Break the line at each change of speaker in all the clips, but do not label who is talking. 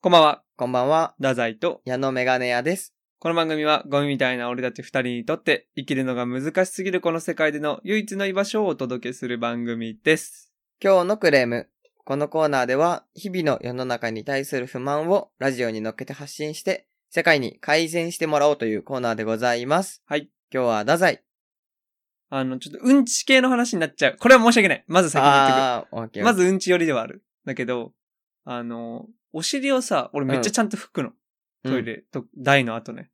こんばんは、
こんばんは、
ダザイと、
矢野メガネ屋です。
この番組はゴミみたいな俺たち二人にとって生きるのが難しすぎるこの世界での唯一の居場所をお届けする番組です。
今日のクレーム。このコーナーでは、日々の世の中に対する不満をラジオに乗っけて発信して、世界に改善してもらおうというコーナーでございます。
はい。
今日は太宰。
あの、ちょっとうんち系の話になっちゃう。これは申し訳ない。まず先に言ってく
あー、オッケ
る。
ー。
まず、うんち寄りではある。だけど、あの、お尻をさ、俺めっちゃちゃんと拭くの。トイ。レと、台の後ね。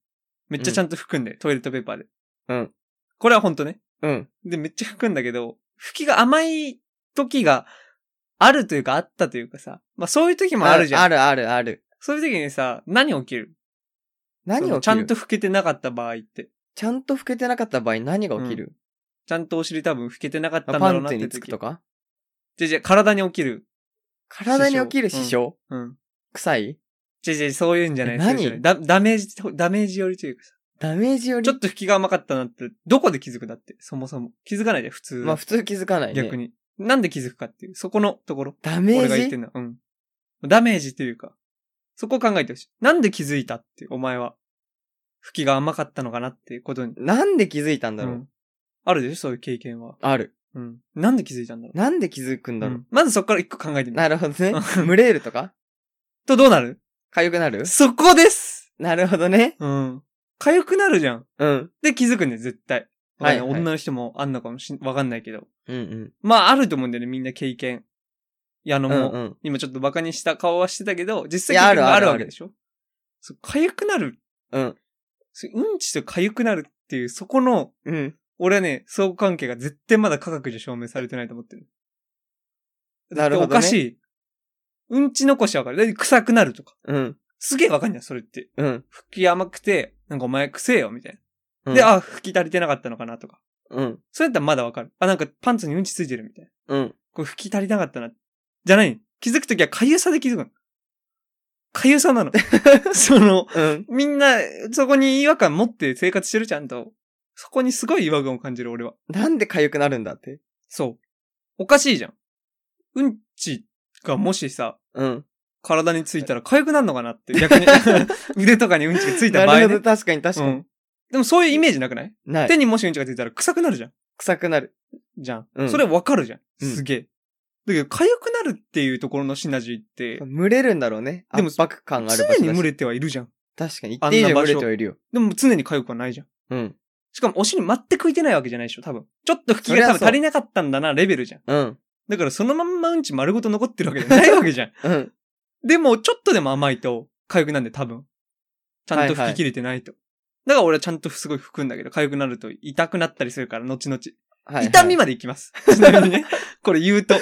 めっちゃちゃんと拭くんで、トイレットペーパーで。
うん。
これは本当ね。
うん。
で、めっちゃ拭くんだけど、拭きが甘い時があるというか、あったというかさ。まあ、そういう時もあるじゃん。
あるあるある。
そういう時にさ、何起きる
何
その
が起きる
ちゃんと、拭けてなかった場合って。
ちゃんと拭けてなかった場合何が起きる、
ちゃんとお尻多分拭けてなかったんだ
パ
ろう
ン
なっ
ツ
て時。
につくとか
じゃじゃ体に起きる。
体に起きる支障、
うん。
臭い
じゃじゃそういうんじゃない
え何
そういうんじゃないダダメージ、ダメージよりというかさ。
ダメージより
ちょっと拭きが甘かったなって、どこで気づくだって、そもそも。気づかないで、普通。
まあ普通気づかないね。
逆。に。なんで気づくかっていう、そこのところ。
ダメ
俺が言
ー
って
ジ
んのは。うん。ダメージというか、そこを考えてほしい。なんで気づいたって、お前は。拭きが甘かったのかなっていうことに。
なんで気づいたんだろう、
うんあるでしょそういう経験は。
ある。
うん。なんで気づいたんだろう
なんで気づくんだろう、
うんまずそこから一個考えてみる。
なるほどね。ムレールとか
とどうなる
痒くなる
そこです
なるほどね。
うん。痒くなるじゃん。
うん。
で、気づくね、絶対。わかんない
はいはい
女の人もあんのかもしん、わかんないけど。
うんうん。
まあ、あると思うんだよね、みんな経験。矢野
う
も、
んうん。
今ちょっとバカにした顔はしてたけど、実際
いや
経験があ
あ
る
るある
わけでしょそう、痒くなる。
うん。
そううんちと痒くなるっていう、そこの、
うん。
俺はね、相互関係が絶対まだ科学で証明されてないと思ってる。
なるほどね
だっておかしい。うんち残しわかる。だって臭くなるとか。
うん。
すげえわかんない、それって。
うん。
拭き甘くて、なんかお前くせえよ、みたいな。
うん
で、、あ、拭き足りてなかったのかな、とか。
うん。
それやったらまだわかる。あ、なんかパンツにうんち ついてる、みたいな。
うん。
これ拭き足りなかったな。じゃない。気づくときはかゆさで気づくの。かゆさなの。その、
うん。
みんな、そこに違和感持って生活してる、ちゃんと。そこにすごい違和感を感じる、俺は。
なんで痒くなるんだって。
そう。おかしいじゃん。うんちがもしさ、
うん。
体についたら痒くなるのかな って、逆に。 腕とかにうんちがついた場
な
合
る
ね
ほど、確かに確
う
かに。
ん。でもそういうイメージなくない、
ない。
手にもしうんちがついたら臭くなるじゃん。
臭くなる。
じゃん。
うん
それわかるじゃん。
うん
すげえ。だけど、痒くなるっていうところのシナジーって、
蒸れるんだろうね。
でも
圧迫感がある場所だ
常
し。
に蒸れてはいるじゃん。
確かに。
あ
一
んな
定以上
場所
蒸れてはいるよ。
でも常に痒くはないじゃん。
うん。
しかもお尻全く浮いてないわけじゃないでしょ、多分。ちょっと吹き
そり
が
ゃ
多
そう
分足りなかったんだな、レベルじゃん。
うん。
だからそのまんまうんち丸ごと残ってるわけじゃないわけじゃん。
うん。
でも、ちょっとでも甘いと、痒くなんで多分。ちゃんと
はい
吹
は
き
い
切れてないと。だから俺はちゃんとすごい吹くんだけど、痒くなると痛くなったりするから、後々。
はいはい。
痛みまでいき ます。ちなみにね、これ言うと。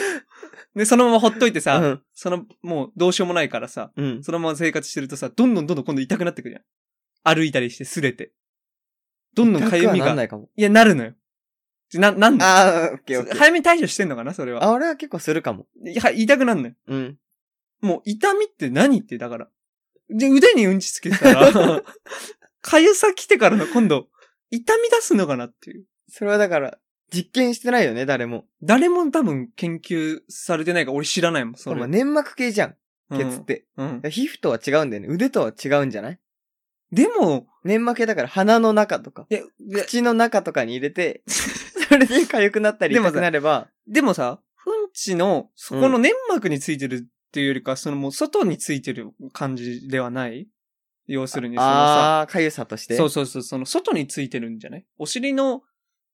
で、そのままほっといてさ、
うん。
その、もうどうしようもないからさ、
うん。
そのまま生活してるとさ、どんどんどんどん今度痛くなってくるじゃん。歩いたりして、すれて。どんどん
痛く
痒
は
み
な
が。
んないいかも。
や、なるのよ。な、なんだ
あー、オッケーオッケー。
早めに対処してんのかなそれは。
あ、俺は結構するかも。
いや痛くなんのよ。
うん。
もう痛みって何って、だから。で、腕にうんちつけてた ら、かゆさ来てからの今度、痛み出すのかなっていう。
それはだから、実験してないよね、誰も。
誰も多分研究されてないから俺知らないもん、それ。
まあ粘膜系じゃん。
うん
ケツって。
うん。
皮膚とは違うんだよね。腕とは違うんじゃない
でも、
粘膜系だから鼻の中とか、
いやで
口の中とかに入れて、 それで痒くなったり
でも
痛
さ
くなれば、
でもさ、ふんちの、そこの粘膜についてるっていうよりか、そのもう外についてる感じではない要するに、そのさ、
あー、痒さとして。
そうそうそう、その外についてるんじゃないお尻の、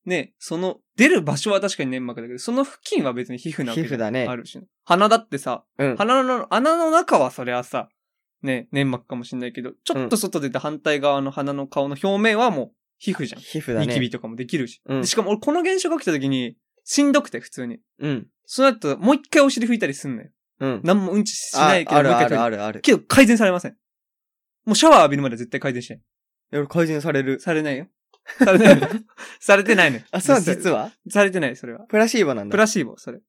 ね、その、出る場所は確かに粘膜だけど、その付近は別に皮膚なわ
皮
けじ
膚
ゃん
だね
あ。るし。鼻だってさ、
うん。
鼻の穴の中はそりゃさ、ね、粘膜かもしんないけど、ちょっと外出た反対側の鼻の顔の表面はもう皮膚じゃん。
皮膚だね。
ニキビとかもできるし。
うん
でしかも俺この現象が起きた時に、しんどくて普通に。
うん。
その後、もう一回お尻拭いたりすんのよ。
うん。
なんもうんちしないけど、
あある
もう一回拭
あ
い
る
た
あ
り
るある。
けど改善されません。もうシャワー浴びるまで絶対改善しない。
いや改善される。
されないよ。され ないよ。されてないのよ。
あ、そう、
実際
実は
されてない、それは。
プラシーボなん
プ
だ。
ラシーボ、それ。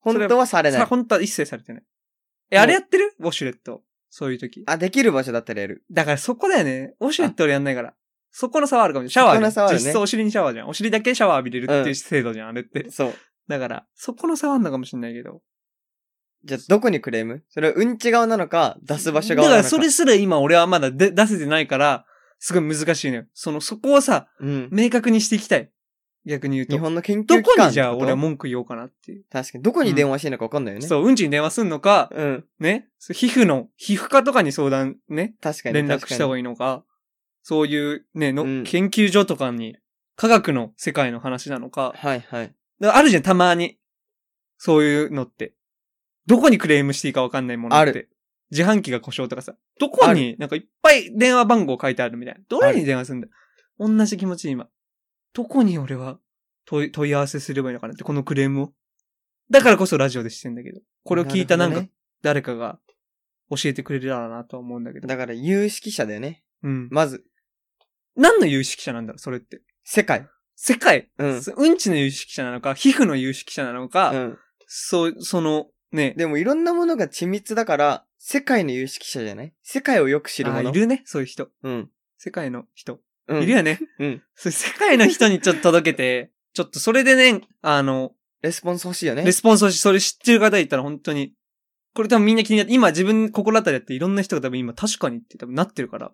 本当はされな
さ、
い。
本当は一切されてない。え、
もう
あれやってるウォシュレット。そういう時。
あ、できる場所だったらやる。
だからそこだよね。ウォシュレット俺やんないから。そこの差はあるかもしれない。シャワー
そこの差はあ
じゃん
るね
実質お尻にシャワーじゃん。お尻だけシャワー浴びれるっていう制度じゃん、あれって。
そう。
だから、そこの差はあんのかもしれないけど。
じゃあ、どこにクレームそれはうんち側なのか、出す場所側
だ
な
か
の
ら
か。
それすら今俺はまだで出せてないから、すごい難しいのよ。その、そこをさ、
うん。
明確にしていきたい。逆に言う
日
と。
本の研究機
ど
関
こにじゃあ
ってこと
俺は文句言おうかなっていう。
確かに、どこに電話していいのか分かんないよね。
そう、うんちに電話すんのか、
うん。
ね、そう皮膚の、皮膚科とかに相談ね、
確かに。
連絡した方
がい
がいいのか、そういうね、の、
うん
研究所とかに、科学の世界の話なのか、
はいはい。
だからあるじゃん、たまに。そういうのって。どこにクレームしていいかわかんないものって。
あ
自販機が故障とかさ。どこに、なんかいっぱい電話番号書いてあるみたいな。どれに電話すんだ同じ気持ち今。どこに俺は問い問い合わせすればいいのかなって、このクレームを。だからこそラジオでしてんだけど。これを聞いたなん
る
か
ほどね
誰かが教えてくれたらなとは思うんだけど。
だから、有識者だよね。
うん。
まず、
何の有識者なんだろう、それって。
世界。
世界、
うん
うんちの有識者なのか、皮膚の有識者なのか、
うん。
そう、その、ね、
でも、いろんなものが緻密だから、世界の有識者じゃない世界をよく知るもの。
あいるね、そういう人。
うん。
世界の人。
うん。
いるよね。
うん。
そう世界の人にちょっと届けて、 ちょっとそれでね、あの、
レスポンス欲しいよね。
レスポンスをし、それ知ってる方いたら本当に、これ多分みんな気になって、今自分心当たりやっていろんな人が多分今確かにって多分なってるから、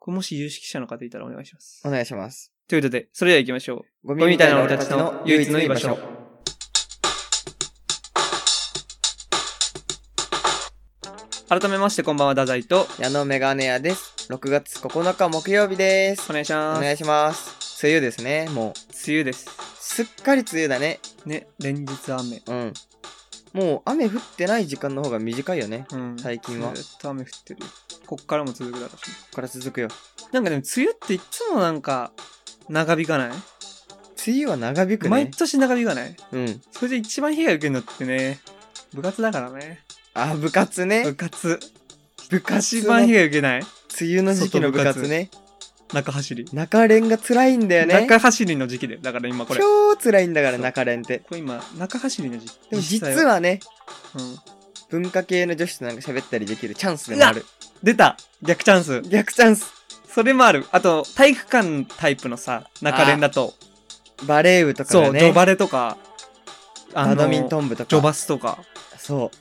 これもし有識者の方いたらお願いします。
お願いします。
ということで、それでは行きましょ
ゴ
う。ゴミみたいな俺たちの唯一の居場所。改めまして、こんばんは、ダザイと、
矢野メガネ屋です。6月9日木曜日です
お。願いし
お
ます。
願いします。梅雨ですね、もう。
梅雨です。
すっかり梅雨だね。
ね、連日雨。
うん。もう雨降ってない時間の方が短いよね。
うん
最近は
ずっと雨降ってる。こっからも続くだろうし。
ここから続くよ。
なんかでも、梅雨っていつもなんか、長引かない、
梅雨は長引く
毎
ね。
年長引かない
うん。
それで一番被害受けるのってね、部活だからね。
あ、部活ね
部。活。
部活ね
一番被害受けない
梅雨の時期の部活ね。
中走り。
中連が辛いんだよね。
中走りの時期で。だから今これ。こ
超辛いんだから、
そう
中連って。
れ今、中走りの時期。
でも実
際。
はね、
うん。
文化系の女子となんか喋ったりできるチャンスでもある。
出た逆チャンス。
逆チャンス。
それもある。あと、体育館タイプのさ、中連だと。
バレー部とか
そ
だ
う、
ね。
ジョバレとか、
バドミン
ン。
トン部とか。
ジョバスとか。
そう。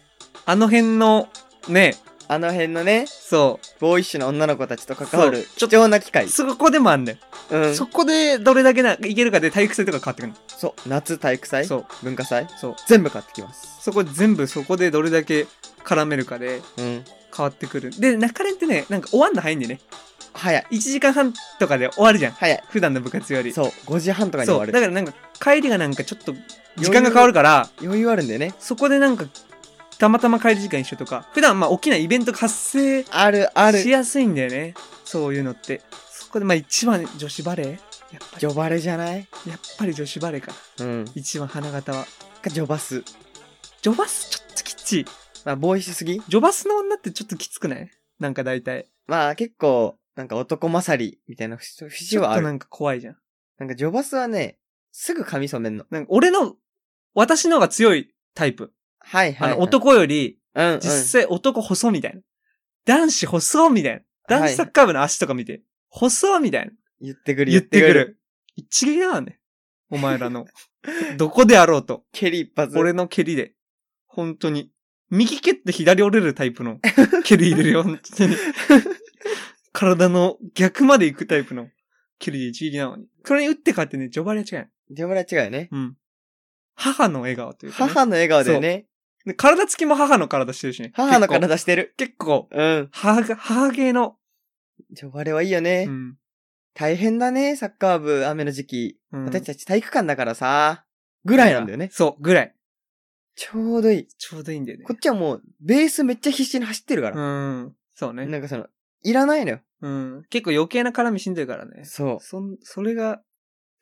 あの辺の、ね、
あの辺のね、
そ
ボーイッシュな女の子たちと関わる
そうち
貴
ょっと
重な機会
う。。そこでもあんだよ。
うん。
そこでどれだけないけるかで体育祭とか変わってくるの
そう。夏体育祭、
そう、
文化祭、
そう。
全部買ってきます。
そこ全部そこでどれだけ絡めるかで
うん。
変わってくる。で、中連ってね、なんか終わんの早いんでね。
早い。
1時間半とかで終わるじゃん。
早い。
普段の部活より。
そう。5時半とかに終
そ
わ
う。
る
だ。からなんか帰りがなんかちょっと時間が変わるから、
余裕あるんだよね。
そこでなんかたまたま帰り時間一緒とか、普段まあ起きないイベントが発生
あるある。
しやすいんだよね。そういうのって。そこでまあ一番女子バレーやっぱ
ジョバレじゃない
り、やっぱり女子バレーかな。
うん。
一番花形は。
か、ジョバス。
ジョバスちょっときつい。
まあ、ボーイッシュすぎ
ジョバスの女ってちょっときつくないなんか大体。
まあ、結構、なんか男勝りみたいな節節
ちょ
は
っ
あ
と
る。
な
なん
か怖いじゃん。
んか、ジョバスはね、すぐ髪染めんの。
なんか俺の、私の方が強いタイプ。
はいはい、
あ
はい。
の、、男より、
うん、うん。
実際男細みたいな。男子細みたいな。男子サッカー部の足とか見て、細みたいな。
言ってくる、
言ってく。る。一撃だからね。お前らの。 どこであろうと。
蹴り一発。
俺の蹴りで。本当に。右蹴って左折れるタイプの蹴り入れるよ。本当に。体の逆まで行くタイプの蹴りで一撃なのに。それに打って変わってね、ジョバリは違いない。
ジョバレは違うよね。
うん。母の笑顔というか、ね。
母の笑顔だよね。
で体つきも母の体してるしね。
母の体してる。
結構。結構
うん。
母が、母系の。
ジョバレはいいよね。
うん。
大変だね、サッカー部、雨の時期。
うん
私たち体育館だからさ、ぐらいなんだよね。
そう、ぐらい。
ちょうどいい。
ちょうどいいんだよね
こ。っちはもう、ベースめっちゃ必死に走ってるか
う
ら。
ん。そうね。
なんかその、いらないのよ。
うん。結構余計な絡みしんどいからね。
そ
そん、それが、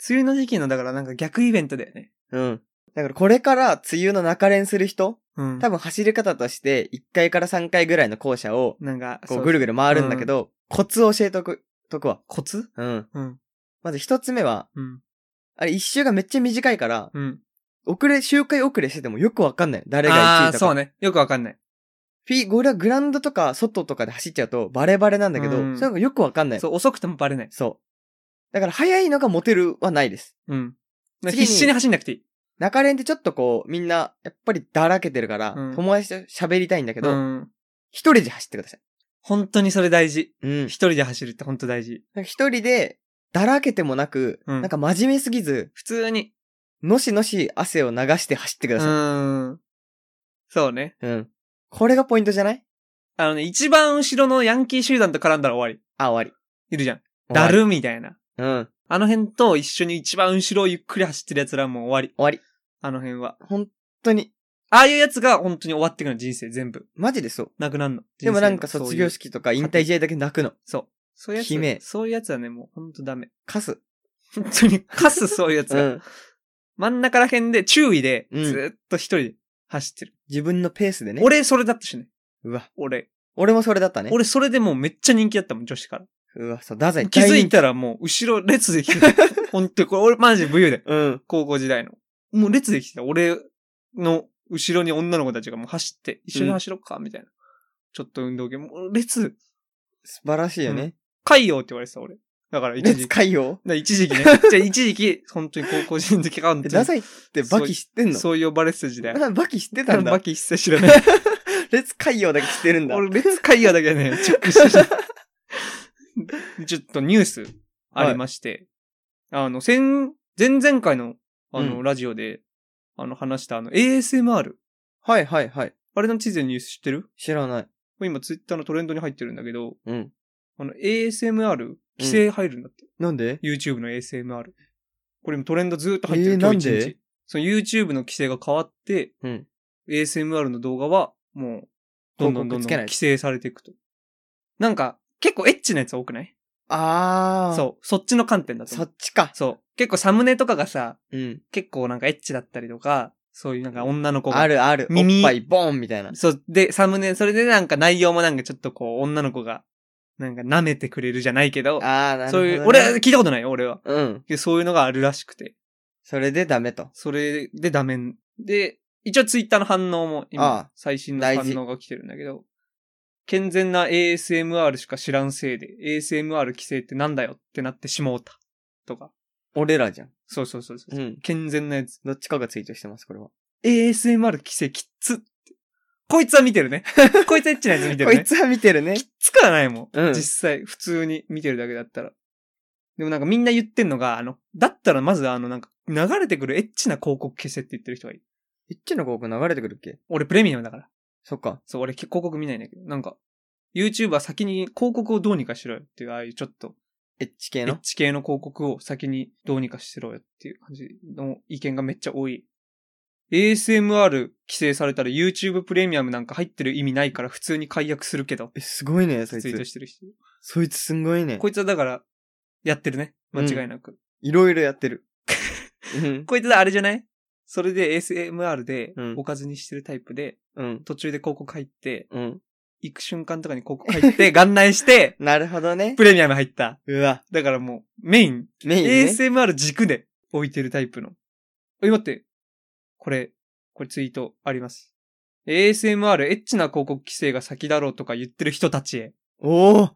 梅雨の時期の、だからなんか逆イベントだよね。
う。うん。だからこれから梅雨の中練する人、
うん。
多分走り方として1回から3回ぐらいの校舎を
なんか、
こ
そうう
ぐるぐる回るんだけど、コツを教えとく、とくわ。
コツ
うん。
うん。
まず一つ目は、
うん。
あれ一周がめっちゃ短いから、
うん。
遅れ、周回遅れしててもよくわかんない。誰が1
あ
位
あ、
と
そう
か。
ね。よくわかんない。
フィ、ゴラグラウンドとか外とかで走っちゃうとバレバレなんだけど、
うん
そういうのよくわかんない。
そう、遅くてもバレない。
そう。だから早いのがモテるはないです。
うん。
次に
必死に走んなくていい。
中連ってちょっとこう、みんな、やっぱりだらけてるから、
うん
友達と喋りたいんだけ
う
ど、
ん。
一人で走ってください。
本当にそれ大事。
うん
一。人で走るって本当大事。
なんか一人で、だらけてもなく、
うん
なんか真面目すぎず、
普通に。
のしのし汗を流して走ってく
う
ださ
ん。そうね。
い。うん。これがポイントじゃない
あのね、一番後ろのヤンキー集団と絡んだら終わ
あ、終わ
り。いるじゃん。
り。
だるみたいな。
終わり。うん。
あの辺と一緒に一番後ろをゆっくり走ってる奴らもう終わり。
終わり。
あの辺は。
本当に。
ああいう奴が本当に終わってくの人生全部。
マジでそう。
なくなるの。
でもなんか
人生の
卒業。式とか引退試合だけ泣くの。
そういう。そう。そうい
悲
うや
鳴
つ。そういうやつはね、もう本当ダメ。
カス。
本当 にカスそういうやつ
う
が。
ん。
真ん中ら辺で注意で、ず
うん
ーっと一人で走ってる。
自分のペースでね。
俺それだったしね。
うわ。
俺。
俺もそれだったね。
俺それでもうめっちゃ人気だったもん、女子から。
うわ、そう、ダザイ。
気づい
た。
たらもう後ろ列で来てた。 本当にこれ俺マジ武勇で。
うん。
高校時代の。もう列で来てた。俺の後ろに女の子たちがもう走って、一緒に走ろっか、みたいな。ちょっと運動系。もう列、
素晴らしいよね。
海洋って言われてた、俺。だから一
レッ
時
ツ
期。
海洋
だから一時期ね。 じゃあ一時期、本当に高校時代の時から、
えダサイってバキ知ってんの
そう呼ばれてた時代。
あ バキ知ってたんだ
バ。キ一切知らない。
レッツ海洋だけ知ってるんだ。
俺、列海洋だけは ね、チェックしてた。ちょっとニュースありまして、あの、先、前々回の、あの、
うん
ラジオで、あの、話したあの、ASMR。
はいはいはい。
あれの地図のニュース知ってる
知らない。
今ツイッターのトレンドに入ってるんだけど、
うん。
あの ASMR、規制入るんだって。
なんで
YouTube の ASMR。これもトレンドずーっと入ってる、
えー
今日一
なん
日
で
その YouTube の規制が変わって、
うん。
ASMR の動画はもう、どんどんどん
広告つ
どん
けない
規制されていくと。なんか、結構エッチなやつ多くない
あー。
そう。そっちの観点だと
そ
思う。
っちか。
そう。結構サムネとかがさ、
うん。
結構なんかエッチだったりとか、そういうなんか女の子が
あるある。おっ
耳
ぱいボーンみたいな。
そう、で、サムネ、それでなんか内容もなんかちょっとこう、女の子が、なんか舐めてくれるじゃないけど、
あー、なるほ
そ
どね。
ういう、俺は聞いたことないよ、俺は。
うん。
でそういうのがあるらしくて、
それでダメと。
それでダメん。で、一応ツイッターの反応も
あ
今
あ、
最新の
大
反
事
応が来てるんだけど、健全な ASMR しか知らんせいで、ASMR 規制ってなんだよってなってしもうた。とか。
俺らじゃん。
そうそうそうそう。
うん。
健全なやつ。
どっちかがツイートしてます、これは。
ASMR 規制きっつって。こいつは見てるね。 こいつはエッチなやつ見てる
こ
ね。
いつは見てるね。
つかないもん。
うん
実際、普通に見てるだけだったら。でもなんかみんな言ってんのが、あの、だったらまずあのなんか流れてくるエッチな広告消せって言ってる人がいる。
一っちの広告流れてくるっけ
俺プレミアムだから。
そっか。
そう、俺広告見ないんだけど、なんか、YouTube は先に広告をどうにかしろよっていう、ああいうちょっと、
エッチ系
エ
の
ッ。チ系の広告を先にどうにかしろよっていう感じの意見がめっちゃ多い。ASMR 規制されたら YouTube プレミアムなんか入ってる意味ないから普通に解約するけど、
え、すごいね、
ツ
そ
イ
い
ート
つ。
してる人。
そいつすんごいね
こ。いつはだから、やってるね。間違いなく。
いろいろやってる。うん。
こいつはあれじゃないそれで ASMR で
うん
おかずにしてるタイプで、
うん。
途中で広告入って、
うん。
行く瞬間とかに広告入 って、元内して、
なるほどね。
プレミアム入った。
うわ。
だからもう、メイン、
メインね。
ASMR 軸で置いてるタイプの。え、待って。これ、これツイートあります。ASMR エッチな広告規制が先だろうとか言ってる人たちへ。
おお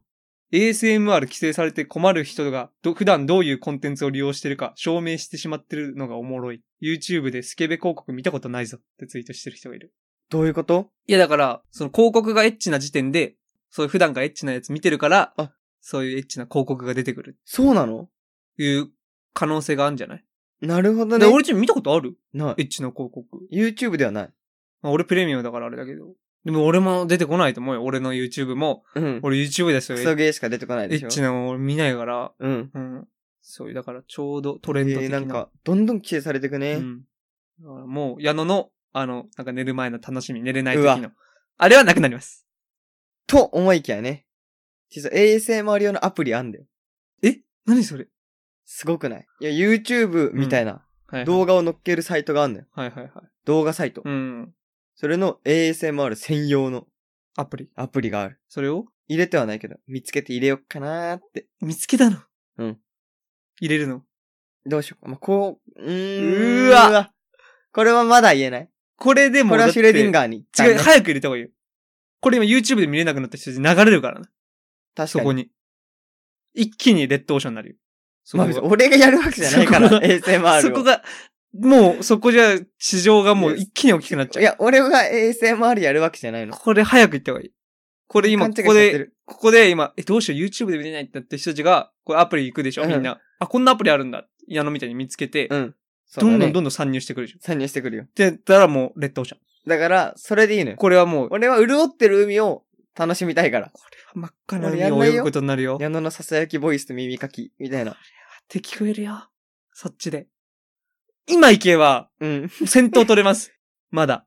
ASMR 規制されて困る人がど普段どういうコンテンツを利用してるか証明してしまってるのがおもろい。YouTube でスケベ広告見たことないぞってツイートしてる人がいる。
どういうこと
いやだから、その広告がエッチな時点で、そういう普段がエッチなやつ見てるから、
あ
そういうエッチな広告が出てくる
そうなの
っていう可能性があるんじゃない、
なるほど
で
ね。
俺ち見たことある
な
エ
い。
ッチな広告。
YouTube ではない。
まあ、俺プレミアムだからあれだけど。でも俺も出てこないと思うよ。俺の YouTube も。
うん。
俺 YouTube ですよ。
ク
エ
ソ
ッ
ゲーしか出てこないでしょ。
チなの俺見ないから。
うん。
うん。そういう、だからちょうどト
え
レンド的な。
ー、なんか、どんどん規制されてくね。
うん。だからもう、矢野の、あの、なんか寝る前の楽しみ、寝れないう時
わ
の。あれはなくなります。
と思いきやね。実は ASMR 用のアプリあんだよ。
何それ
すごくないいや、YouTube みたいな
はい。
動画を載っけるサイトがあんだよ。
はいはいはい。
動画サイト。
うん。
それの ASMR 専用の
アプリ。
アプリがある。
それを
入れてはないけど、見つけて入れよっかなーって。
見つけたの。
うん。
入れるの。
どうしようか。まあ、こう、うーん。
うわ
これはまだ言えない。
これでも
これはシュレディン
ー。
ガーに。
違う、早く入れた方がいいよ。これ今 YouTube で見れなくなった人たち流れるからな。
確
そ
か
こ
に。
に。一気にレッドオーシャンになるよ。そ
ま
こ
あ、
が
別に俺がやるわけじゃないから、
そこが
ASMR を。
そこがもうそこじゃ市場がもう一気に大きくなっちゃう。
いや、俺が ASMR やるわけじゃないの。
これ早く行った方がいい。これ今、
勘
こ
違いし
こ
ちゃって
で、
る。
ここで今、え、どうしよう YouTube で見れないってなった人たちが、これアプリ行くでしょみんな。あ、こんなアプリあるんだ。矢野みたいに見つけて、
うん。そう
ど
だね
んどんどんどん参入してくるでしょ。っ
参入してくるよ。
てやったらもう、レッドオーシャン。
だから、それでいいのよ。
これはもう、
俺は潤ってる海を楽しみたいから。
真っ赤な
俺やん
海を
ないよ
泳ぐことになるよ。
矢野のささやきボイスと耳かき、みたいな。
敵増えるよ。そっちで。今行けば、
うん。
戦闘取れ ます。まだ。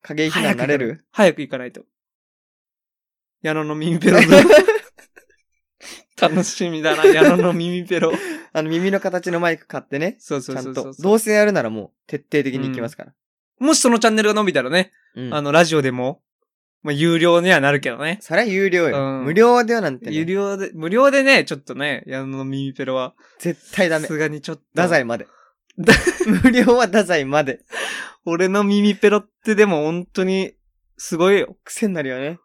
影避難なれる
早く行かないと。矢野の耳 ペロの楽しみだな、矢野の耳ペロ。
あの、耳の形のマイク買ってね。
そう
ち
そう
ゃ
そ
ん
うそ
と
う。。
どうせやるならもう、徹底的にいきますから。
もしそのチャンネルが伸びたらね、
うん。
あの、ラジオでも、まあ、有料にはなるけどね。
それは有料よ。
うん
無料ではなんて、ね。
有料で、無料でね、ちょっとね、矢野の耳ペロは、
絶対ダ
さ
メ。
すがにちょっと。
太宰まで
だ。
無料は太宰まで。
俺の耳ペロってでも本当に、すごいよ。
癖になるよね。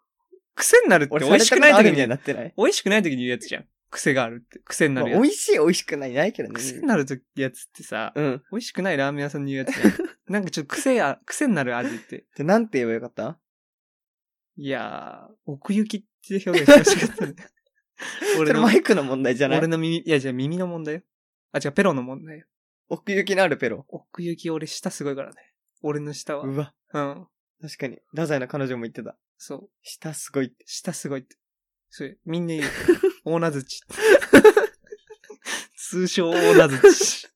癖になるって
俺、
美
美味
味
し
し
く
くな
な
いい
時
時
には
に、
なってない。
美味しくない時に言うやつじゃん。癖があるって。癖にな
まあ
る
美
やつ。
味しい、美味しくない、ないけどね。
癖になる時やつってさ、
うん。
美味しくないラーメン屋さんに言うやつじゃん。 なんかちょっと癖や、癖になる味って。
で、なんて言えばよかった
いやー、奥行きって表現してほしかったね。
そ
俺
れ
の
マ、イクの問題じゃな
俺
い
の耳、いやじゃあ耳の問題よ。あ、違う、ペロの問題よ。
奥行きのあるペロ。
奥行き俺舌すごいからね。俺の舌は。
うわ。
うん。
確かに。太宰の彼女も言ってた。
そう。
舌すごいって。
舌すごいって。それ、みん な言う。オーナズチ。通称オーナズチ。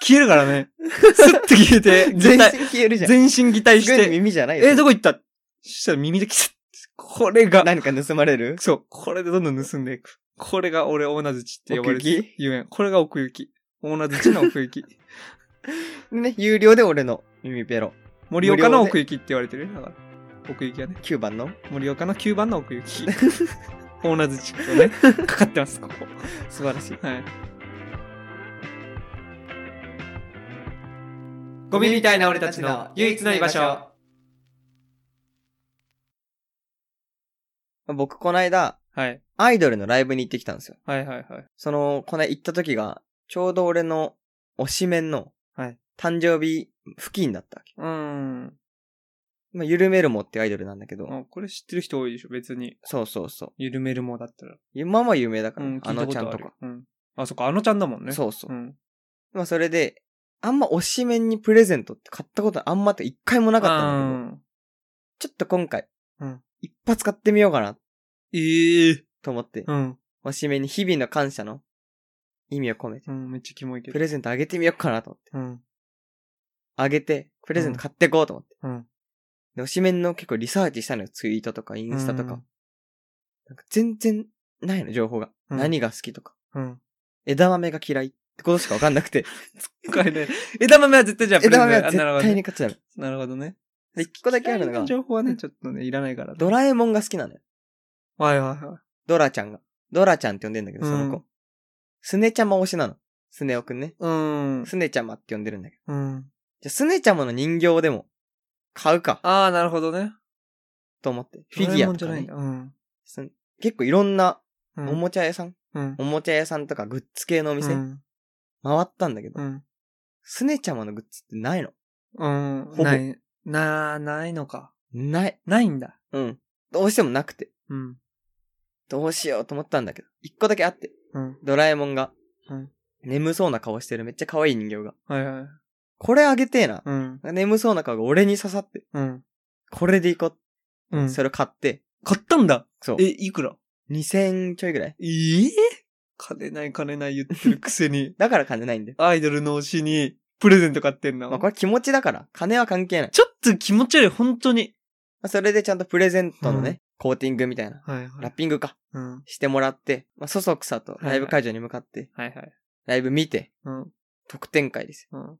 消えるからね。スッて消えて、
全
全
身消えるじゃん。
身、全身擬態し
すごい
て。
耳じゃないよ。
え、どこ行ったそしたら耳でキスッこれが、
何か盗まれる
そう、これでどんどん盗んでいく。これが俺、オーナズチって呼ばれ
奥行
て
き
ゆえん。これが奥行き。オーナズチの奥行 き。
ね、有料で俺の耳ペロ。
森岡の
無料で
奥行きって言われてるよだから。奥行きはね。
9番の
森岡の9番の奥行 き。オーナズチとね、かかってます、ここ。
素晴らしい。
はい。
ゴミみたいな俺たちの唯一の居場所。僕、この間、
はい。
アイドルのライブに行ってきたんですよ。
はいはいはい。
その、この間行った時が、ちょうど俺の推しメンの
はい、
誕生日付近だったわけ。
うーん。
まあ、ゆるめるもっていうアイドルなんだけど、
あこれ知ってる人多いでしょ、別に。
そうそうそう。
緩めるもんだったら。
今も有名だか
う
ら、
ん、
あ
聞い
の
た
ち
こ
ゃん
とあ
と
る
か。。
うん。あ、そっか、あのちゃんだもんね。う。
そうそう。
ん。
まあ、それで、あんま推しメンにプレゼントって買ったことあんまって一回もなかったんだけど、
んだ
ちょっと今回、
うん
一発買ってみようかな
けど。ええ
と思って、
うん。
推しメンに日々の感謝の意味を込めて、
うん、めっちゃキモいけ
プ
ど。
レゼントあげてみようかなと思って。
うん。
あげて、プレゼント買ってこうと思って。
うん。
で、推しメンの結構リサーチしたのよ。ツイートとかインスタとか。
うん
なんか全然ないの、情報が。
うん
何が好きとか。
うん。
枝豆が嫌いってことしかわかんなくて。
これね、枝豆は絶対じゃあプレゼ
枝
ント
豆は
あ
絶
なるほど
対に
ね
勝ちだろ。
なるほどね。
で、一個だけあるのが、
情報はね、ちょっとね、いらないからね。
ドラえもんが好きなのよ。
はいはいはい。
ドラちゃんが。ドラちゃんって呼んでんだけど、その
う
子。スネちゃま推しなの。スネオくんね。
うん。
スネちゃまって呼んでるんだけど。
うん。
じゃあ、スネちゃまの人形でも、買うか、
ああ、なるほどね。
と思って。フィギュア
ド
と
ラ
か、
えもん
ね
じゃ。ないんだ。
すん結構いろんな、
うん。
おもちゃ屋さん、
うん。
おもちゃ屋さんとかグッズ系のお
う
店、回
ん。
ったんだけ
う
ど、
ん。
スネちゃまのグッズってないの
うん。
ぼ
ない。な、ないのか。
ない。
ないんだ。
うん。どうしてもなくて。
うん。
どうしようと思ったんだけど。一個だけあって。
うん。
ドラえもんが。
うん
眠そうな顔してるめっちゃ可愛い人形が。
はいはい。
これあげてえな。
うん。
眠そうな顔が俺に刺さって。
うん。
これでいこう。
うん。
それを買って。
買ったんだ。
そう。
え、いくら
2000ちょいぐらい。、
ええ金ない金ない言ってるくせに
だから金ないんだよ。
アイドルの推しにプレゼント買ってん
まあ
の
こ。れ気持ちだから。金は関係ない。
ちょっと気持ち悪い、本当に。
まあそれでちゃんとプレゼントのね、
うん
コーティングみたいな。
はい
ラ
は
ッ。ピングか。
うん。は
してもらって、まあ、そそくさとライブ会場に向かって、
いはい。
ライブ見て、
うん。
特典会ですよ。
うん。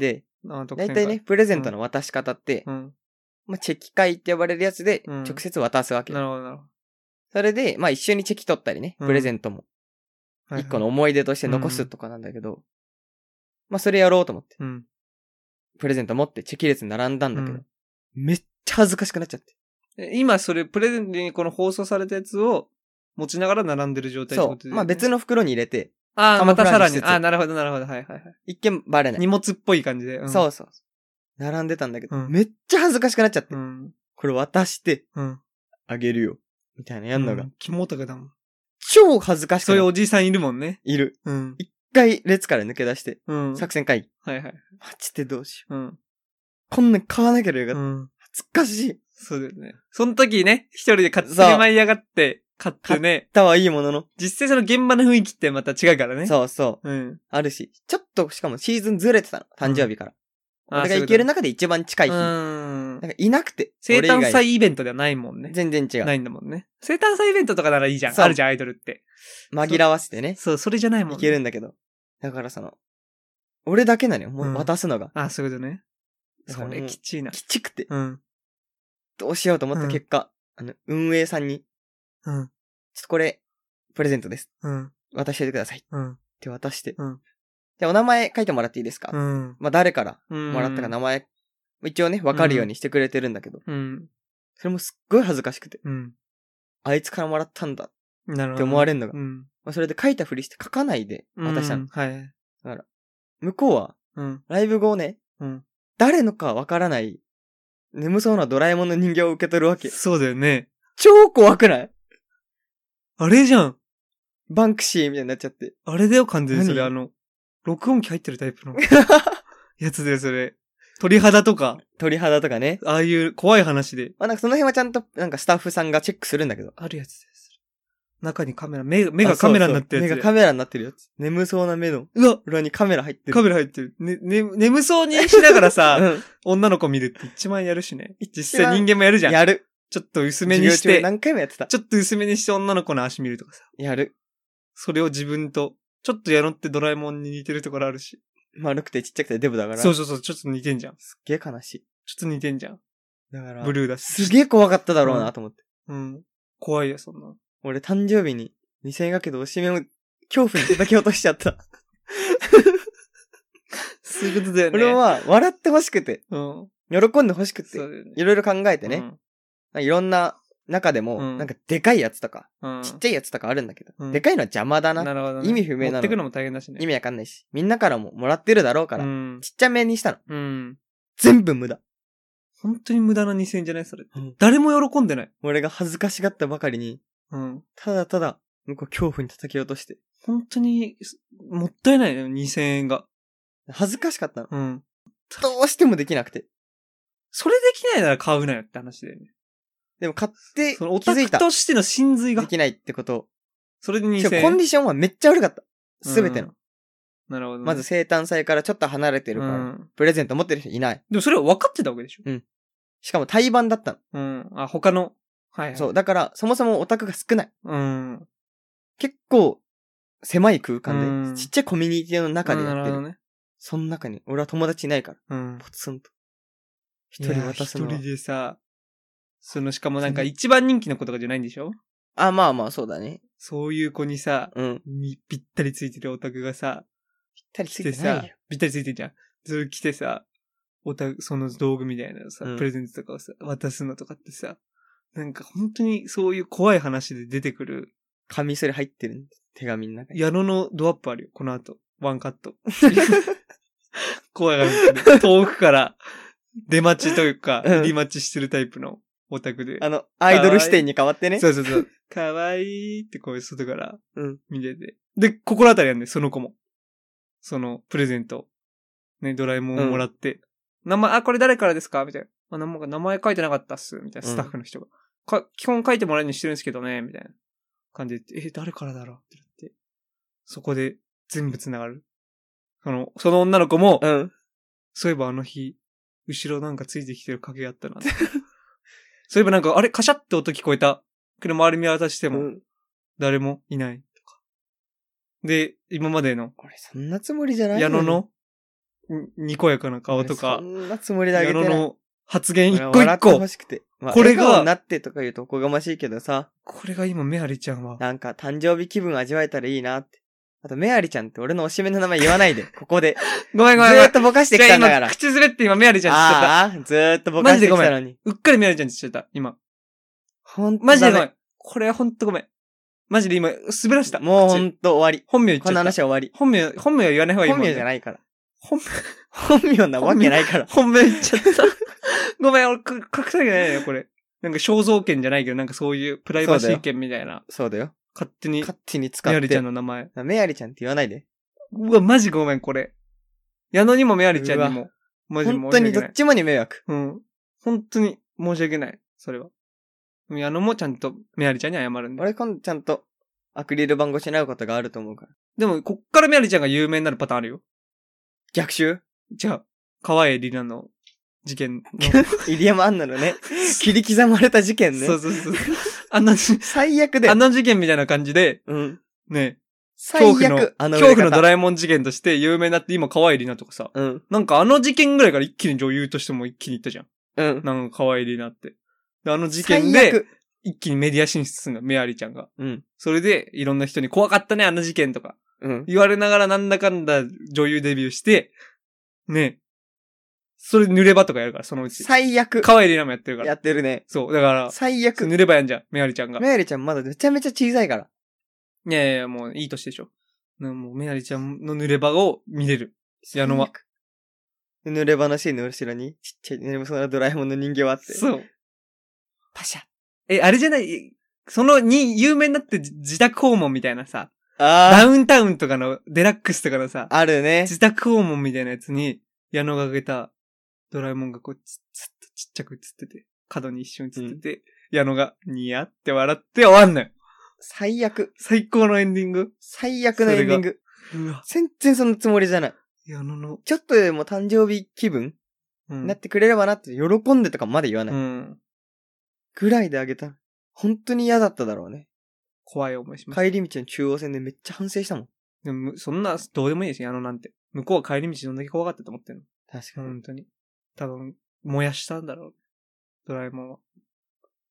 で、
あー
だいたいね、。プレゼントの渡し方っ
特
て、
典会うん。
まあ、チェキ会って呼ばれるやつで、
うん
直接渡すわけ。
なるほどなるほ
それで、まあ、一緒にチェキ取ったりね、
うん
プレゼントも、
ど。
一個の。思い出として残すとかなんだけど、まあ、それやろうと思って、
うん。
プレゼント持ってチェキ列に並んだんだけど、
うん
めっちゃ恥ずかしくなっちゃって。
え今それ、プレゼントにこの放送されたやつを持ちながら並んでる状態って
そ
こと
う。まあ、別
の。
の袋に入れて、
ああ、
カ
ま
モ
た
フラ
さ
ー
ら
ジュ
に
しつ。つ
ああ、なるほど、なるほど。はいはいはい。
一見バレない。
荷物っぽい感じで。うん、
そうそうそう。並んでたんだけど、
うん
めっちゃ恥ずかしくなっちゃって。
うん。
これ渡して
うん。
あげるよ。みたいなやんのが。
う。肝オタクだもん。
超恥ずかしく
そう
な
いう
い
おじいさんいるもんね。
いる。
うん。
一回列から抜け出して、
うん。はい
作戦会議。
はい。
マジでどうし
う
よ
ん。
う。こんなん買わなければよ
う
かった。
ん。
恥ずかしい。
そうだよね。その時ね、一人で買って
そう
しまいやがって、買ってね、
たはいいものの。
実際その現場の雰囲気ってまた違うからね。う。
そうそう。
うん。
あるし。ちょっと、しかもシーズンずれてたの。誕生日から。
あー
俺が行ける
そ
中で一番近
う
い
いう
日。
こと
なん
うん。
かいなくて。
生
俺以
誕
外
祭イベントではないもんね。
全然違
な
う。
いんだもんね。生誕祭イベントとかならいいじゃん。
そう
あるじゃん、アイドルって。
紛らわせてね。
そう、それじゃないもん、ね。
いけるんだけど。だからその、俺だけなのよ。も
うん
う渡すのが。
あ、そういうことね。
だ
そ
からもう
れきちいな。
きちくて。
うん。
どうしようと思った結果、あの、運営さんに、
うん。
ちょっとこれ、プレゼントです。
うん。
渡しておいてください。っ
うん。
て渡して。
うん
じゃあお名前書いてもらっていいですか、
うん。
まあ誰から
うん。
もらったか名前、一応ね、わかるようにしてくれてるんだけど、
うん。
それもすっごい恥ずかしくて、
うん。
あいつからもらったんだ
なるほ
っ
ど。
て思わ
れ
れるのが。
うん。
まあそれで書いたふりして書かないで渡したの。
うんはい。
向こうは、
うん。
ライブ後ね、
うん。
誰のかわからない、眠そうなドラえもんの人形を受け取るわけ。
そうだよね。
超怖くない
あれじゃん。
バンクシーみたいになっちゃって。
あれだよ、完全に。それ、
何
あの、録音機入ってるタイプ のやつだよ、それ。鳥肌とか、
鳥肌とかね。
ああいう怖い話で。
まあなんかその辺はちゃんと、なんかスタッフさんがチェックするんだけど。
あるやつです。中にカメラ、目、目がカメラになってる
目
や
が
つで。
カメラになってるやつ。眠そうな目の
うわ
裏にカメラ入ってる。
カメラ入ってる。ね、ね、眠 そうにしながらさ、
うん
女の子見るって一番やるしね。
一
実
番
際人間もやるじゃん。
やる。
ちょっと薄めにし
授業中
て、
何回もやってた。
ちょっと薄めにして女の子の足見るとかさ。
やる。
それを自分と、ちょっとやろってドラえもんに似てるところあるし。
丸くてちっちゃくてデブだから。
そう
す
そうそう、ちょっと似てんじゃん。
っげえ悲しい。
ちょっと似てんじゃん。
だから、
ブルーだし。
すげえ怖かっただろうなと思って。
うん。怖いよ、そんなの。
俺誕生日に2000円かけておしめを恐怖に叩き落としちゃった。
そういうことだよね。
俺、は笑って欲しくて、
うん。
喜んで欲しくて
そう、だよね。
いろいろ考えてね、
うん
なんかいろんな中でも、
うん
なんかでかいやつとか、
うん。
ちっちゃいやつとかあるんだけど、
うん
でかいのは邪魔だな。
なるほど、
意味不明なの
持ってくのも大変だしね。
意味わかんないし、みんなからももらってるだろうから、
うん。
ちっちゃめにしたの。
うん。
全部無駄。
本当に無駄な2000じゃないそれ、
うん
誰も喜んでない。
俺が恥ずかしがったばかりに、
うん。
ただただ、向こう恐怖に叩き落として。
本当に、すもったいないよ、2000円が。
恥ずかしかったの。
うん。
どうしてもできなくて。
それできないなら買うなよって話だよね。
でも買って、気
そのオタ
づい
ク
た。
としての真髄
で
が。
きないってこと。
それで
しか
2000
も
円。
コンディションはめっちゃ悪かった。すべての。
うんなるほどね、
まず生誕祭からちょっと離れてるから、
うん
プレゼント持ってる人いない。
でもそれは分かってたわけでしょ。
しかも対バンだったの。
うん。あ、他の。はい、はい。
そう。。だから、そもそもオタクが少ない。
うん。
結構、狭い空間で、
うん
ちっちゃいコミュニティの中でや
な
って
るほ
る。
どね。
その中に、俺は友達いないから、
うん。
ポツンと。一
い
人
や
渡すのは
一人でさ、そのしかもなんか一番人気の子とかじゃないんでしょ
あ、まあまあ、そうだね。
そういう子にさ、
うん。
みぴったりついてるオタクがさ、
たり
来
つい
て
てな
さ
いよ。、
ぴったりついてんじゃん。それ来てさ、おた、その道具みたいなのさ、
うん
プレゼントとかをさ、渡すのとかってさ、なんか本当にそういう怖い話で出てくる、
カミソリ入ってる手紙の中に。
矢野のドアップあるよ、この後。ワンカット。怖い話で。遠くから、出待ちというか、
うん
リマッチしてるタイプのオタクで。
あの、アイドル視点に変わってね。
そうそう そう。かわいいってこういう外から
うん。
見てて。で、心当たりなんで、その子も。その、プレゼント。ね、ドラえもんをもらって。名前、あ、これ誰からですかみたいな。あ、名前名前書いてなかったっす。みたいな、
うん
スタッフの人が。か、基本書いてもらうようにしてるんですけどね、みたいな感じで言って。え、誰からだろうってなって。そこで、全部繋がる。その、その女の子も、
うん。
そういえばあの日、後ろなんかついてきてる影あったなって。そういえばなんか、あれカシャって音聞こえた。けど周り見渡して
で
も、誰もいないとか。で、今までの、
俺そんなつもりじゃない
矢野の、んにこやかな顔と
俺
か
そ、んなつもりであげ
矢
てな
野
い。
の発言一
俺は
個一
笑
個
ってほ。しくて。まあ、
こ
こ
れ
れ
が
が。笑顔になってとか言うとおこがましいけどさ、
これが今、メアリちゃんは。
なんか誕生日気分味わえたらいいなって。あと、メアリちゃんって俺のおしめの名前言わな いで、ここで。
ごめん
ず
ごめんごめん
ーっ。とぼかしてきたんだから
今、。口滑って今、メアリちゃんって言っちゃった。
ああ、ずーっとぼかしてきたのに。
うっかりメアリちゃんって言っちゃった、今。
ほんと
マジで
だ
ごめ
ね。
ん。これはほんとごめん。マジで今、滑らした。
もうほ
口
んと終わり。
本名言っち
この
ゃっ
話
た。
は終わり。
本名、本名は言わない方がいい
本
もんね
名じゃないから。
本名、
本名なわけないか ら。
本名言っちゃった。ごめん、俺、く隠さなきゃいけないよ、これ。なんか肖像権じゃないけど、なんかそういうプライバシー権みたいな。
そうだよ。
勝手に、
勝手に使っ
メ
て。
アリちゃんの名前。
メアリちゃんって言わないで。
うわ、マジごめん、これ。矢野にもメアリちゃんにも。マジ申し
本当に
訳
ど
な
っ
い。
ちもに迷惑。
うん。本当に申し訳ない。それは。でも矢野もちゃんとメアリちゃんに謝るんだ。
俺今度ちゃんとアクリル板越しに会うことがあると思うから。
でも、こっからメアリちゃんが有名になるパターンあるよ。
逆襲
じゃあ、川栄里奈の事件
イリアム・アンナの ね、切り刻まれた事件
の。
ね。
そうそうそう。あんなじ、
最悪だ
あ
よ
ん。な事件みたいな感じで、
うん。
ね、
最
恐怖の、
悪。あの
恐怖のド
イ
ラえもん事件として有名になって、今川栄里奈とかさ、
うん。
なんかあの事件ぐらいから一気に女優としても一気に行ったじゃん。
うん。
なんか川栄里奈って。で、あの事件
最
で、
悪。
一気にメディア進出するの、メアリちゃんが。
うん。
それで、いろんな人に怖かったね、あの事件とか。
うん。
言われながらなんだかんだ女優デビューして、ねそれ濡れ場とかやるから、そのうち。
最悪。
可愛いリナもやってるか
や
ら。
ってるね。
そう、だから、
最悪。
濡れ場やんじゃん、メアリちゃんが。
メアリちゃんまだめちゃめちゃ小さいから。
いやいやいや、もういい年でしょ。ねもうメアリちゃんの濡れ場を見れる。矢野は。
最悪。濡れ場のシーンの後ろに、ちっちゃい、濡れ場のドラえもんの人形あって。
そう。
パシャ。
え、あれじゃない、そのに、有名になってじ自宅訪問みたいなさ、ダ
あ
ウンタウンとかのデラックスとかのさ
あ。、あるね。
自宅訪問みたいなやつに、矢野が挙げたドラえもんがこう、ちずっとちっちゃく映ってて、角に一緒に映ってて、矢野がニヤって笑って終わんのよ。
最悪。
最高のエンディング。
最悪のエンディング。
うわ。
全然そのつもりじゃない。
矢野の、
ちょっとでも誕生日気分
うん
になってくれればなって喜んでとかまで言わな
う
い。
ん。
ぐらいであげた。本当に嫌だっただろうね。
怖い思いしました。
帰り道の中央線でめっちゃ反省したもん。
でもむそんな、どうでもいいですよ、矢野なんて。向こうは帰り道どんだけ怖かったと思ってんの。
確かに。
本当に。多分、燃やしたんだろう。ドラえもんは。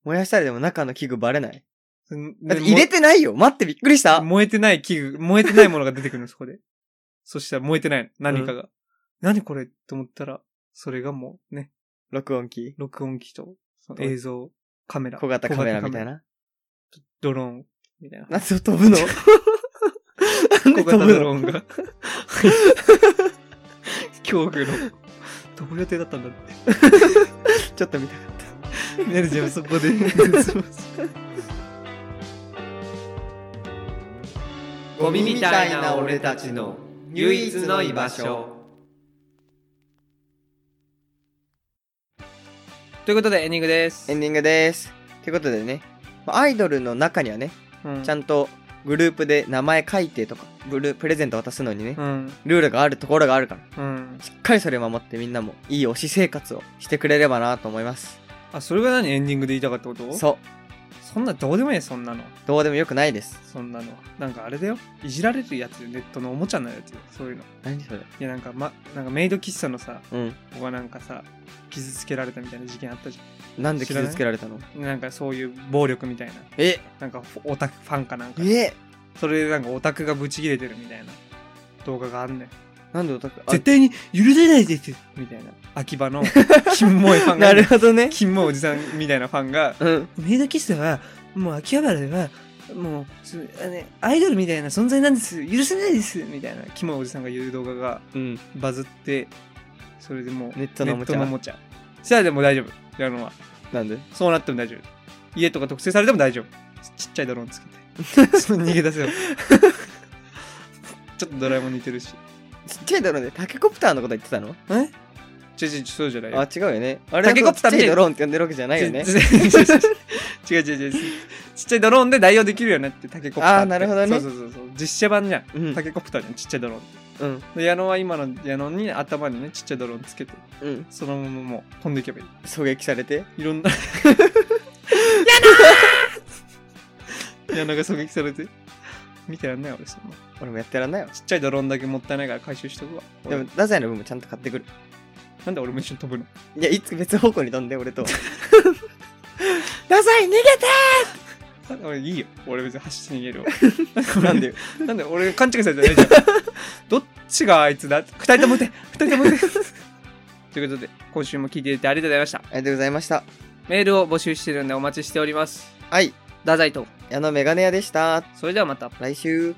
燃やしたらでも中の器具バレない。だ
だ
って入れてないよ待ってびっくりした
燃えてない器具、燃えてないものが出てくるの、そこで。そしたら燃えてないの、何かが。何これと思ったら、それがもうね、
録音機。
録音機と、その映像、カメラ。
小型カメラみたい
な。
な。
ドローン、みたいな。
なんで飛ぶのなん
小
で飛
型
ぶ
ドローン
の
が。恐怖の。飛ぶ予定だったんだって。
ちょっと見たかっ
メルちゃんはそこで
ゴミみたいな俺たちの唯一の居場所
ということでエンディングです
た。エンディングです。ということでね、まあアイドルの中にはね、
うん
ちゃんとグループで名前書いてとか、ブルプレゼント渡すのにね、
うん
ルールがあるところがあるから、
うん
しっかりそれを守ってみんなもいい推し生活をしてくれればなと思います。
あそれが何エンディングで言いたかったこと
そう。
そんなどうでもいいそんなの
どうでもよくないです。
そんなのなんかあれだよいじられるやつよネットのおもちゃのやつよそういうのい
何それ
やなんかまなんかメイド喫茶のさ
うん。
ここがなんかさ傷つけられたみたいな事件あったじ
なんで
知らな
傷
い
つけられたの
ゃんなんかそういう暴力みたいな
え
なんかフオタクファンかなんか
え
それでなんかオタクがブチ切れてるみたいな動画があんねん
なんでオタクあ
絶対に許せないですみたいな秋葉のキモいファンが
ない
る
るほどね。
キモいおじさんみたいなファンが
うん。
メイド喫茶はもう秋葉原ではもうすあのアイドルみたいな存在なんです許せないですみたいなキモいおじさんが言う動画が
うん。
バズってそれでもう
ネットのおもちゃ
ネットのおもちゃしたらでも大丈夫やるのは
なんで
そうなっても大丈夫家とか特定されても大丈夫ちっちゃいドローンつけて その逃げ出せよちょっとドラえもん似てるし
ちっちゃいドローンでタケコプターのこと言ってたの
えちょちょそうじゃないよ
あ、違うよね。あれ
タケコプター
ち
み
ったち
い
ゃいドローンって呼んでるわけじゃないよね
ち。ち違う違う違うちっちゃいドローンで代用できるよねってタケコプターって
あーなるほどね
そうそうそうそう実写版じゃん、
うん
タケコプターじゃんちっちゃいドローンって
うん。
で矢野は今の矢野に頭にねちっちゃいドローンつけて
うん。
そのままもう飛んでいけばいい
狙撃されて。
いろんな矢野矢野が狙撃されて見てらんない俺そんな
俺もやってらんないわ。
ちっちゃいドローンだけもったいないから回収しとくわ
でも、太宰の分もちゃんと買ってくる。
なんで俺も一緒に飛ぶの
いや、いつ別方向に飛んで、 俺と。ダサい逃げ
あ俺いいよ俺別に走って逃げるわ
てなんでよ。
なんで俺勘違いされてないじゃん。どっちがあいつだ二人とも打て二人とも打てということで、今週も聞いていてありがとうございました。
ありがとうございました。
メールを募集してるんでお待ちしております。
はい。
太宰と。矢野メガネ屋でした。
それではまた。
来週。